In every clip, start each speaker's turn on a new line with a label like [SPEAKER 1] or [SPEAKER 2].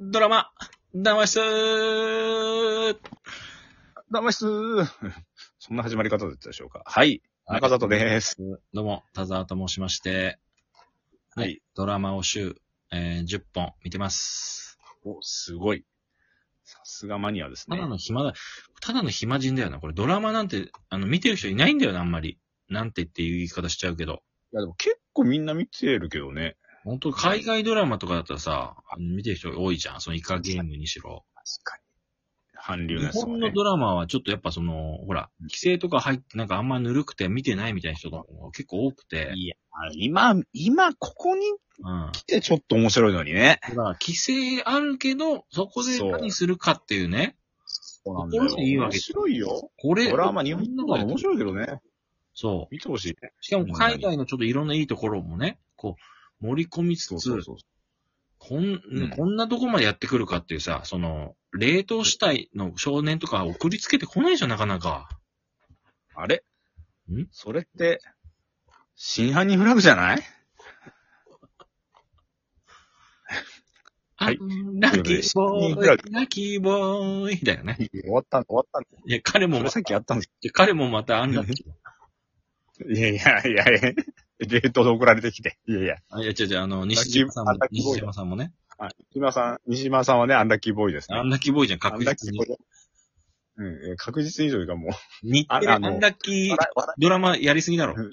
[SPEAKER 1] ドラマ、騙しつ
[SPEAKER 2] 騙しつー そんな始まり方だったでしょうか。はい。中里です。
[SPEAKER 1] どうも、田沢と申しまして、
[SPEAKER 2] はい
[SPEAKER 1] ねドラマを週、えー10本見てます。
[SPEAKER 2] お、すごい。さすがマニアです
[SPEAKER 1] た
[SPEAKER 2] ね
[SPEAKER 1] だ。の暇だ、ただの暇人だよな。これドラマなんて、あの、見てる人いないんだよな、あんまり。なんてっていう言い方しちゃうけど。
[SPEAKER 2] いや、でも結構みんな見てるけどね。
[SPEAKER 1] 本当海外ドラマとかだったらさ、あの見てる人多いじゃん。そのイカゲームにしろ。
[SPEAKER 2] 確かに。韓流の
[SPEAKER 1] 日
[SPEAKER 2] やつとか
[SPEAKER 1] 本の
[SPEAKER 2] ね。
[SPEAKER 1] ドラマはちょっとやっぱその、ほら、規制とか入ってなんかあんまぬるくて見てないみたいな人が結構多くて。
[SPEAKER 2] いや、今、今、ここに
[SPEAKER 1] うん。
[SPEAKER 2] 来てちょっと面白いのにね。
[SPEAKER 1] だから、規制あるけど、そこで
[SPEAKER 2] そう
[SPEAKER 1] 何するかっていうね。
[SPEAKER 2] そう
[SPEAKER 1] なんだよ
[SPEAKER 2] 面白いよ。
[SPEAKER 1] これ、
[SPEAKER 2] ドラマ、日本のドラマ面
[SPEAKER 1] い。
[SPEAKER 2] 白いけどね。
[SPEAKER 1] そう。
[SPEAKER 2] 見てほしいね。
[SPEAKER 1] しかも、海外のちょっといろんないいところもね、こう、盛り込みつつ、
[SPEAKER 2] そう。
[SPEAKER 1] こん、
[SPEAKER 2] うん
[SPEAKER 1] こんなとこまでやってくるかっていうさ、その、冷凍死体の少年とか送りつけてこないじゃん、なかなか。
[SPEAKER 2] あれ
[SPEAKER 1] ん
[SPEAKER 2] それって、真犯人フラグじゃないはい
[SPEAKER 1] あラッキーボ
[SPEAKER 2] ということで
[SPEAKER 1] ーイ、ラッキーボーイだよね。
[SPEAKER 2] 終わった、終わったんだ
[SPEAKER 1] いや、彼も
[SPEAKER 2] それ、さっきあったんです
[SPEAKER 1] 彼もまたアンラッキー。
[SPEAKER 2] いやいやいやいや、冷凍で送られてきて。いやいや。
[SPEAKER 1] あいや、違う違う、あの、西島さんも
[SPEAKER 2] ラッ、キーボー
[SPEAKER 1] 西
[SPEAKER 2] イ
[SPEAKER 1] 島さんもね。
[SPEAKER 2] あ西島さん、西島さんはね、アンラッキーボーイですね。
[SPEAKER 1] アンラッキーボーイじゃん、
[SPEAKER 2] アン
[SPEAKER 1] 確
[SPEAKER 2] ラッキー
[SPEAKER 1] 実に
[SPEAKER 2] ボーイ。だ。うんいや、確実にというかもう。
[SPEAKER 1] 日テレ
[SPEAKER 2] あ
[SPEAKER 1] ア
[SPEAKER 2] あの
[SPEAKER 1] ンラッキ
[SPEAKER 2] 笑
[SPEAKER 1] ー
[SPEAKER 2] い、笑
[SPEAKER 1] ドラマやりすぎだろ。
[SPEAKER 2] い、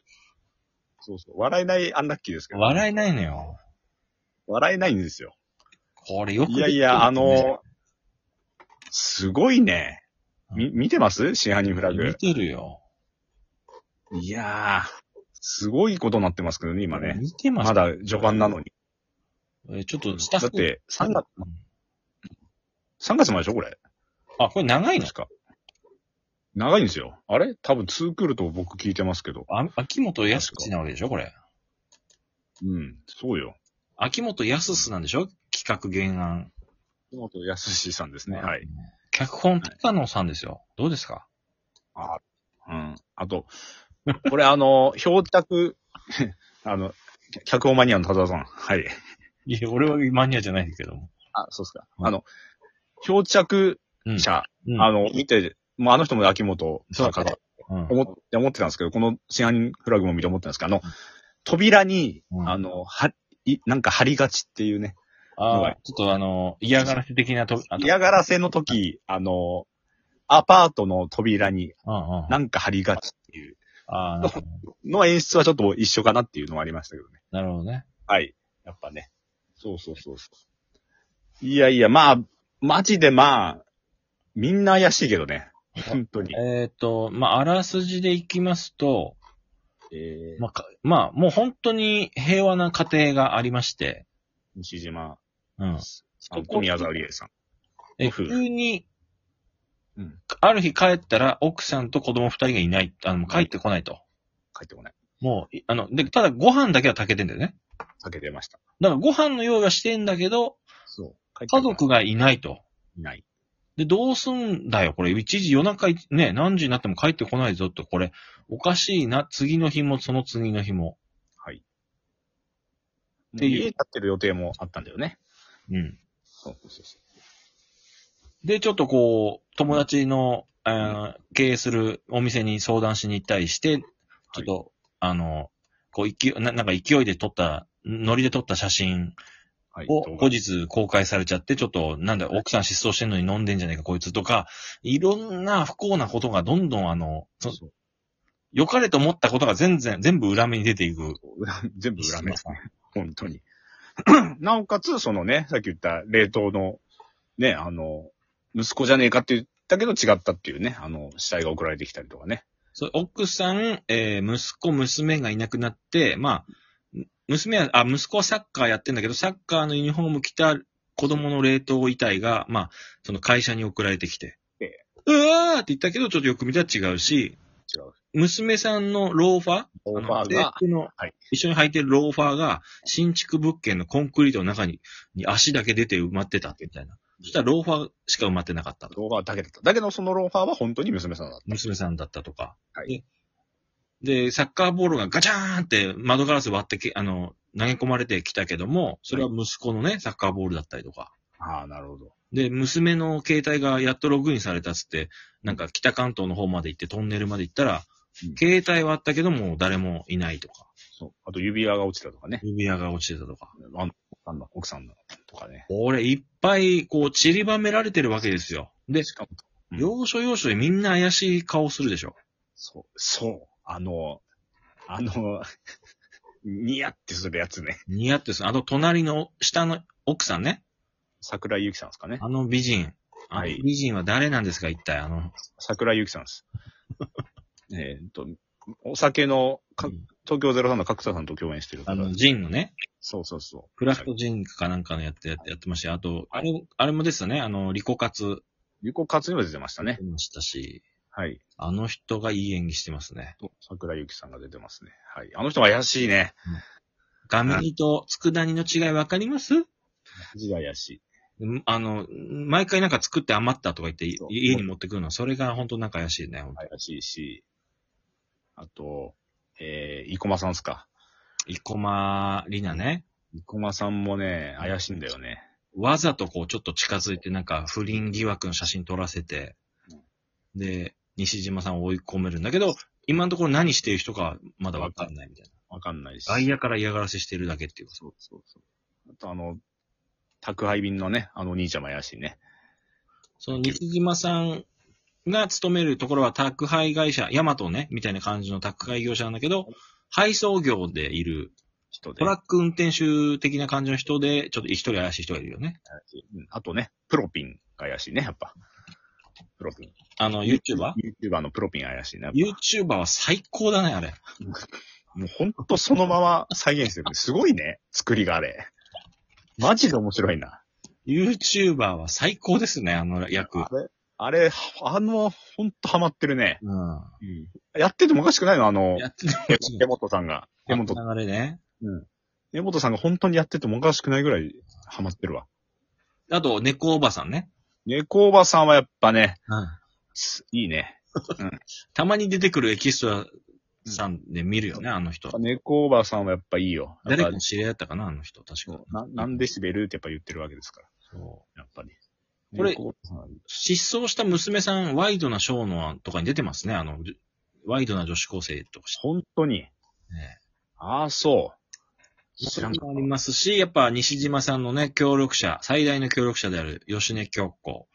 [SPEAKER 2] そうそう。笑えないアンラッキーですけど。
[SPEAKER 1] 笑えないのよ。
[SPEAKER 2] 笑えないんですよ。
[SPEAKER 1] これよくで
[SPEAKER 2] い
[SPEAKER 1] きて
[SPEAKER 2] や
[SPEAKER 1] る
[SPEAKER 2] いや、あの、すごいね。み、見てます真犯人フラ
[SPEAKER 1] 見
[SPEAKER 2] グ。
[SPEAKER 1] てるよ。
[SPEAKER 2] いやー、すごいことになってますけどね、今ね。
[SPEAKER 1] 見てます
[SPEAKER 2] まだ序盤なのに。
[SPEAKER 1] えちょっとスタ
[SPEAKER 2] だ
[SPEAKER 1] ッフ。
[SPEAKER 2] って、3月、3月まででしょ、これ。
[SPEAKER 1] あ、これ長いの
[SPEAKER 2] 確か。長いんですよ。あれ多分2クールと僕聞いてますけど。
[SPEAKER 1] あ秋元康なわけでしょこれ。
[SPEAKER 2] うん、そうよ。
[SPEAKER 1] 秋元康なんでしょ企画原案。
[SPEAKER 2] 木本康史さんですね。はい。。
[SPEAKER 1] 脚本、高野さんですよ。どうですか
[SPEAKER 2] あ、うん。あと、 これあの、漂着、 あの、脚本マニアの田沢さん。はい。
[SPEAKER 1] いや、俺はマニアじゃないけども。
[SPEAKER 2] あ、そうですか。
[SPEAKER 1] はい
[SPEAKER 2] あの、漂着
[SPEAKER 1] うん。
[SPEAKER 2] 者、
[SPEAKER 1] うん
[SPEAKER 2] あの、見て、もうあの人も秋元さんか
[SPEAKER 1] そうだ
[SPEAKER 2] と
[SPEAKER 1] うん
[SPEAKER 2] 思って、思ってたんですけど、この真犯人フラグも見て思ってたんですけど、あの、扉に、
[SPEAKER 1] うん
[SPEAKER 2] あの、は、い、なんか貼りがちっていうね。
[SPEAKER 1] あーちょっとあの、嫌がらせ的なと、あと
[SPEAKER 2] 嫌がらせの時、あの、アパートの扉に
[SPEAKER 1] うんうん。あ
[SPEAKER 2] なんか貼りがちっていう
[SPEAKER 1] あー、なるほど
[SPEAKER 2] の演出はちょっと一緒かなっていうのはありましたけどね。
[SPEAKER 1] なるほどね。
[SPEAKER 2] はい。やっぱね。そうそうそうそう。いやいや、まあ、マジでまあ、みんな怪しいけどね。本当に。
[SPEAKER 1] えっ、と、まあ、あらすじでいきますと、
[SPEAKER 2] えー、
[SPEAKER 1] まあ、かまあ、もう本当に平和な家庭がありまして、
[SPEAKER 2] 西島
[SPEAKER 1] うん。
[SPEAKER 2] さんと宮沢りえさん。
[SPEAKER 1] え、
[SPEAKER 2] ご夫婦
[SPEAKER 1] 急に、
[SPEAKER 2] うん
[SPEAKER 1] ある日帰ったら奥さんと子供二人がいない、あの、帰ってこないと。
[SPEAKER 2] 帰ってこない。
[SPEAKER 1] もうい、あの、で、ただご飯だけは炊けてんだよね。
[SPEAKER 2] 避けてました。
[SPEAKER 1] だからご飯の用意はしてんだけど、
[SPEAKER 2] そう。帰ってこ
[SPEAKER 1] 家
[SPEAKER 2] ない
[SPEAKER 1] 族がいないと。
[SPEAKER 2] いない。
[SPEAKER 1] で、どうすんだよ、これ。一時夜中い、ね、何時になっても帰ってこないぞって、これ、おかしいな。次の日も、その次の日も。
[SPEAKER 2] はい。
[SPEAKER 1] って
[SPEAKER 2] で、
[SPEAKER 1] い
[SPEAKER 2] 家
[SPEAKER 1] う
[SPEAKER 2] 建ってる予定もあったんだよね。
[SPEAKER 1] うん。
[SPEAKER 2] そうそうそう。
[SPEAKER 1] で、ちょっとこう、友達の、えー経営するお店に相談しに行ったりして、ちょっと、あの、こう、勢い、ななんか勢いで撮った、ノリで撮った写真
[SPEAKER 2] はい。
[SPEAKER 1] を
[SPEAKER 2] 動画
[SPEAKER 1] 後日公開されちゃって、ちょっと、なんだ、奥さん失踪してんのに飲んでんじゃねえか、こいつとか、いろんな不幸なことがどんどんあの、そ
[SPEAKER 2] そう
[SPEAKER 1] 良かれと思ったことが全然、全部裏目に出ていく。
[SPEAKER 2] 裏全部裏目ですね。本当に。 なおかつ、そのね、さっき言った冷凍の、ね、あの、息子じゃねえかって言ったけど違ったっていうね、あの、死体が送られてきたりとかね。
[SPEAKER 1] そう奥さん、えー息子、娘がいなくなって、まあ、娘は、あ、息子はサッカーやってんだけど、サッカーのユニフォーム着た子供の冷凍遺体が、まあ、その会社に送られてきて
[SPEAKER 2] え、
[SPEAKER 1] うわーって言ったけど、ちょっとよく見たら違うし、
[SPEAKER 2] 違う。
[SPEAKER 1] 娘さんのローファー
[SPEAKER 2] オー
[SPEAKER 1] あの
[SPEAKER 2] バー
[SPEAKER 1] 制
[SPEAKER 2] が、
[SPEAKER 1] 服の
[SPEAKER 2] はい
[SPEAKER 1] 一緒に履いてるローファーが、新築物件のコンクリートの中にに足だけ出て埋まってたみたいな。そしたらローファーしか埋まってなかったと。
[SPEAKER 2] 動画はだけだった。だけど、そのローファーは本当に娘さんだっ
[SPEAKER 1] 娘さんだったとか。
[SPEAKER 2] はい
[SPEAKER 1] で、でサッカーボールがガチャーンって窓ガラス割ってけ、あの、投げ込まれてきたけども、それは息子のね、サッカーボールだったりとか。
[SPEAKER 2] ああ、なるほど。
[SPEAKER 1] で、娘の携帯がやっとログインされたっつって、なんか北関東の方まで行ってトンネルまで行ったら
[SPEAKER 2] うん、
[SPEAKER 1] 携帯はあったけどもう誰もいないとか、
[SPEAKER 2] そう。あと指輪が落ちたとかね。
[SPEAKER 1] 指輪が落ちてたとか。
[SPEAKER 2] あの、奥さんの奥さんのとかね。
[SPEAKER 1] 俺いっぱいこう散りばめられてるわけですよ。で、
[SPEAKER 2] しかも、うん
[SPEAKER 1] 要所要所でみんな怪しい顔するでしょ。
[SPEAKER 2] そう、そう。あの、あの、 ニヤってするやつね。
[SPEAKER 1] 似合ってす。あの隣の下の奥さんね。
[SPEAKER 2] 桜井ゆきさんですかね。
[SPEAKER 1] あの美人。あ
[SPEAKER 2] は
[SPEAKER 1] の
[SPEAKER 2] い
[SPEAKER 1] 美人は誰なんですか一体あの。
[SPEAKER 2] 桜井ゆきさん です。えーっと、お酒のか、
[SPEAKER 1] うん
[SPEAKER 2] 東京03の角田さんと共演してる方。
[SPEAKER 1] あの、ジンのね。
[SPEAKER 2] そうそうそう。
[SPEAKER 1] クラフトジンかなんかのやって、やってやってましたよあと、あれ、あれもですよね。あの、リコカツ
[SPEAKER 2] 有効活用出てましたね。
[SPEAKER 1] 出ましたし、
[SPEAKER 2] はい。
[SPEAKER 1] あの人がいい演技してますね。
[SPEAKER 2] 桜井ゆきさんが出てますね。はい。あの人が怪しいね。
[SPEAKER 1] ガミ煮と佃煮の違いわかります
[SPEAKER 2] 字が怪しい。
[SPEAKER 1] うんあの、毎回なんか作って余ったとか言ってい
[SPEAKER 2] そう
[SPEAKER 1] 家に持ってくるの、それが本当なんか怪しいね。ほんと
[SPEAKER 2] 怪しいし、あと、えー、生駒さんですか。
[SPEAKER 1] 生駒里奈ね。
[SPEAKER 2] 生駒さんもね、怪しいんだよね。
[SPEAKER 1] わざとこうちょっと近づいてなんか不倫疑惑の写真撮らせて、で、西島さんを追い込めるんだけど、今のところ何してる人かまだわかんないみたいな。
[SPEAKER 2] わかんないし。
[SPEAKER 1] 外野から嫌がらせしてるだけっていうか。
[SPEAKER 2] そうそうそう。あとあの、宅配便のね、あのお兄ちゃんも怪しいね。
[SPEAKER 1] その西島さんが勤めるところは宅配会社、ヤマトね、みたいな感じの宅配業者なんだけど、配送業でいる、
[SPEAKER 2] 人で。
[SPEAKER 1] トラック運転手的な感じの人で、ちょっと一人怪しい人がいるよね。
[SPEAKER 2] 怪しいうんあとね、プロピンが怪しいね、やっぱ。プロピン。
[SPEAKER 1] あの、YouTuber?YouTuber
[SPEAKER 2] ?YouTuber のプロピン怪しいね。
[SPEAKER 1] は最高だね、あれ。
[SPEAKER 2] もうほんとそのまま再現してる。すごいね、作りがあれ。マジで面白いな。
[SPEAKER 1] YouTuber は最高ですね、あの役。
[SPEAKER 2] あれ、あれ、あの、ほんとハマってるね。
[SPEAKER 1] うん。
[SPEAKER 2] やっててもおかしくないのあの、
[SPEAKER 1] やってて
[SPEAKER 2] え
[SPEAKER 1] もち
[SPEAKER 2] 江
[SPEAKER 1] ろん
[SPEAKER 2] 本さんが。江本、
[SPEAKER 1] 流れね。
[SPEAKER 2] 江本さんが本当にやっててもおかしくないぐらいハマってるわ。
[SPEAKER 1] あと、猫おばさんね。
[SPEAKER 2] 猫おばさんはやっぱね、
[SPEAKER 1] うん。
[SPEAKER 2] すいいね。
[SPEAKER 1] たまに出てくるエキストラさんで見るよね、あの人。
[SPEAKER 2] 猫おばさんはやっぱいいよ。
[SPEAKER 1] 誰か
[SPEAKER 2] やっ
[SPEAKER 1] の知り合いだったかな、あの人。確か
[SPEAKER 2] ぱななんでシベルってやっぱ言ってるわけですから。
[SPEAKER 1] そう
[SPEAKER 2] やっぱり。
[SPEAKER 1] これ
[SPEAKER 2] 猫おばさんはいい
[SPEAKER 1] 失踪した娘さん、ワイドなショーのとかに出てますね。あの、じワイドな女子高生とかして
[SPEAKER 2] 本当に。
[SPEAKER 1] ね。
[SPEAKER 2] ああ、そう。
[SPEAKER 1] そ
[SPEAKER 2] 知
[SPEAKER 1] れ
[SPEAKER 2] らんか
[SPEAKER 1] も
[SPEAKER 2] っ
[SPEAKER 1] ありますし、やっぱ西島さんのね、協力者、最大の協力者である吉根京子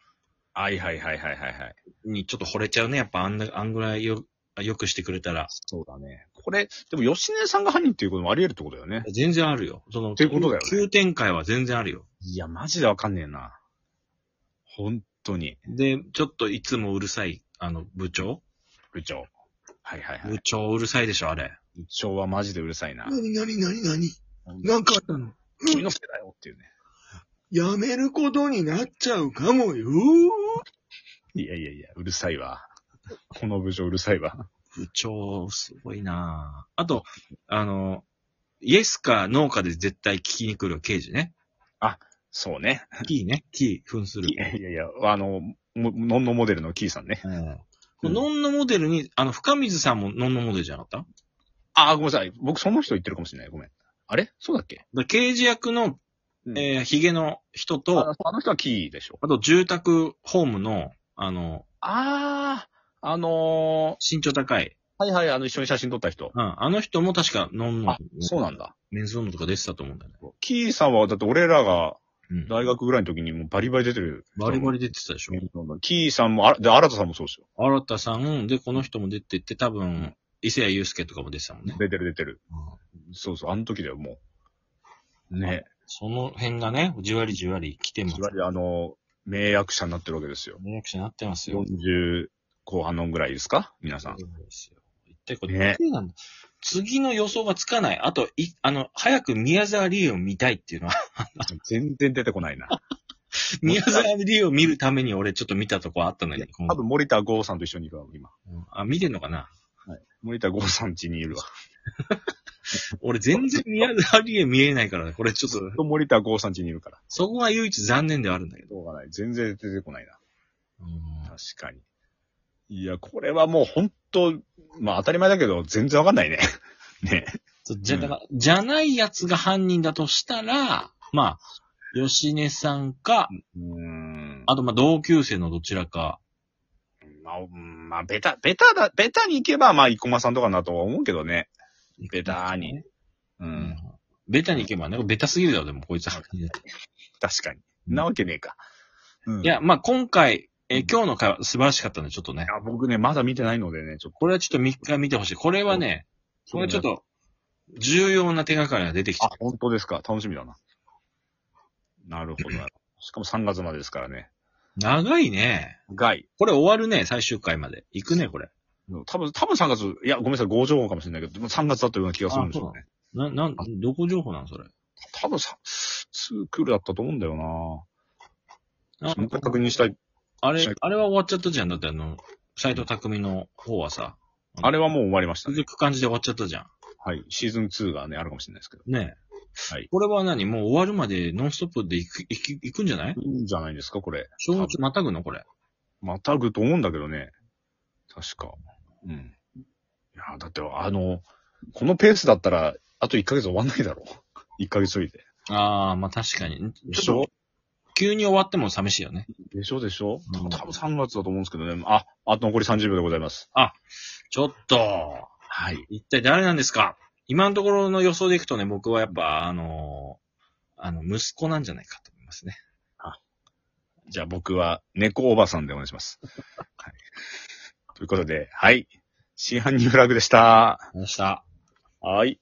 [SPEAKER 2] たはいはいはいはいはいはい。
[SPEAKER 1] にちょっと惚れちゃうね。やっぱあんな、あんぐらいよ、よくしてくれたら。
[SPEAKER 2] そうだね。これ、でも吉根さんが犯人っていうこともあり得るってことだよね。
[SPEAKER 1] 全然あるよ。その、
[SPEAKER 2] ってことだよね
[SPEAKER 1] 急展開は全然あるよ。
[SPEAKER 2] いや、マジでわかんねえな。本当に。
[SPEAKER 1] で、ちょっといつもうるさい、あの、部長
[SPEAKER 2] 部長。はいはいはい
[SPEAKER 1] 部。長うるさいでしょ、あれ。
[SPEAKER 2] 部長はマジでうるさいな。
[SPEAKER 1] になになになに
[SPEAKER 2] 君
[SPEAKER 1] んかあったの
[SPEAKER 2] のせいだよっていうね。
[SPEAKER 1] やめることになっちゃうかもよ
[SPEAKER 2] いやいやいや、うるさいわ。この部長うるさいわ。
[SPEAKER 1] 部長、すごいなぁあと、あの、イエスかノーかで絶対聞きに来るよ、刑事ね。
[SPEAKER 2] そうね。
[SPEAKER 1] キーね。キー、扮する。
[SPEAKER 2] いやいやいや、あの、もノンノモデルのキーさんね。
[SPEAKER 1] うんこのノンノモデルに、あの、深水さんもノンノモデルじゃなかっただか
[SPEAKER 2] ああ、ごめんなさい。僕その人言ってるかもしれない。ごめん。あれそうだっけ
[SPEAKER 1] ら刑事役の、
[SPEAKER 2] うん
[SPEAKER 1] えー、ヒゲの人と、
[SPEAKER 2] ああの人はキーでしょ。
[SPEAKER 1] あと、住宅ホームの、あの、
[SPEAKER 2] ああ、あの
[SPEAKER 1] 身長高い。
[SPEAKER 2] ー、はいはい、あの、一緒に写真撮った人。
[SPEAKER 1] うん。あの人も確かノンノ
[SPEAKER 2] あ、そうなん。だ。
[SPEAKER 1] メンズノンノとか出てたと思うんだよね。
[SPEAKER 2] キーさんは、だって俺らが
[SPEAKER 1] うん。
[SPEAKER 2] 大学ぐらいの時にもうバリバリ出てる。
[SPEAKER 1] バリバリ出てたでしょ。
[SPEAKER 2] キーさんも、あらで、新田さんもそうですよ。
[SPEAKER 1] 新田さん、で、この人も出てって、多分、伊勢谷友介とかも出てたもんね。
[SPEAKER 2] 出てる出てる。
[SPEAKER 1] うん
[SPEAKER 2] そうそう、あの時だよ、もう。ね。
[SPEAKER 1] その辺がね、じわりじわり来てま
[SPEAKER 2] い
[SPEAKER 1] す。
[SPEAKER 2] わゆるあの、名役者になってるわけですよ。
[SPEAKER 1] 迷惑者になってますよ。
[SPEAKER 2] 40後半のぐらいですか皆さん。
[SPEAKER 1] そうですよ一体これ、
[SPEAKER 2] ね
[SPEAKER 1] 何なんだ次の予想がつかない。あと、い、あの、早く宮沢りえを見たいっていう のは、
[SPEAKER 2] 全然出てこないな。
[SPEAKER 1] 宮沢りえを見るために俺ちょっと見たとこあったの
[SPEAKER 2] いや
[SPEAKER 1] に。この
[SPEAKER 2] 多分森田剛さんと一緒にいるわ、今。
[SPEAKER 1] うんあ、見てんのかな
[SPEAKER 2] 森田剛さん家にいるわ。
[SPEAKER 1] 俺全然宮沢りえ見えないからね、これちょっと、
[SPEAKER 2] と森田剛さん家にいるから。
[SPEAKER 1] そこが唯一残念ではあるんだけど。
[SPEAKER 2] どうがない。全然出てこないな。
[SPEAKER 1] うん
[SPEAKER 2] 確かに。いや、これはもう本当まあ当たり前だけど、全然わかんないね。 ね。
[SPEAKER 1] そうじゃ、だから、じゃないやつが犯人だとしたら、まあ、吉根さんか、
[SPEAKER 2] うーん。
[SPEAKER 1] あと、まあ、同級生のどちらか。
[SPEAKER 2] まあ、うんまあ、ベタ、ベタだ、ベタに行けば、まあ、生駒さんとかなとは思うけどね。ベターに。う
[SPEAKER 1] うんん。。ベタに行けばね、ベタすぎるだろ、でも、こいつは。
[SPEAKER 2] 確かに。なわけねえか。うん
[SPEAKER 1] いや、まあ、今回、
[SPEAKER 2] う
[SPEAKER 1] え
[SPEAKER 2] ん
[SPEAKER 1] ー今日の会は素晴らしかったんで、ちょっとね。
[SPEAKER 2] いや僕ね、まだ見てないのでね、ちょっと。
[SPEAKER 1] これはちょっと3日見てほしい。これはね、これちょっ。と、重要な手がかりが出てき
[SPEAKER 2] あ
[SPEAKER 1] た。、
[SPEAKER 2] 本当ですか。楽しみだな。なるほどな。しかも3月までですからね。
[SPEAKER 1] 長いね。
[SPEAKER 2] ガイ。
[SPEAKER 1] これ終わるね、最終回まで。行くね、これ。
[SPEAKER 2] 多分、多分3月、いや、ごめんなさい、5情報かもしれないけど、でも3月だったような気がするんですよね。
[SPEAKER 1] な、なん、どこ情報なんそれ。
[SPEAKER 2] 多分さ、ツークールだったと思うんだよな
[SPEAKER 1] あ
[SPEAKER 2] その確認したい。
[SPEAKER 1] あれ、あれは終わっちゃったじゃん。だってあの、斎藤匠の方はさ、
[SPEAKER 2] あれはもう終わりましたね。
[SPEAKER 1] 続く感じで終わっちゃったじゃん。
[SPEAKER 2] はい。シーズン2がね、あるかもしれないですけど。
[SPEAKER 1] ねえ。
[SPEAKER 2] はい
[SPEAKER 1] これは何もう終わるまでノンストップで行く、行く、行くんじゃない
[SPEAKER 2] いいんじゃないですか、これ。
[SPEAKER 1] 正月またぐのこれ。
[SPEAKER 2] またぐと思うんだけどね。確か。うん。いや、だって、あの、このペースだったら、あと1ヶ月終わんないだろう。1ヶ 月ちょいで。
[SPEAKER 1] ああ、まあ確かに。
[SPEAKER 2] で
[SPEAKER 1] ち
[SPEAKER 2] し
[SPEAKER 1] ょっ
[SPEAKER 2] ょ
[SPEAKER 1] と、急に終わっても寂しいよね。
[SPEAKER 2] でしょでしょ、
[SPEAKER 1] うん
[SPEAKER 2] 多分3月だと思うんですけどね。あ、あと残り30秒でございます。
[SPEAKER 1] ちょっと、
[SPEAKER 2] はい。
[SPEAKER 1] 一体誰なんですか今のところの予想でいくとね、僕はやっぱ、あのーあの、息子なんじゃないかと思いますね。
[SPEAKER 2] じゃあ僕は、猫おばさんでお願いします。はい。ということで、はい。真犯人フラグでした。
[SPEAKER 1] 明日。
[SPEAKER 2] はい。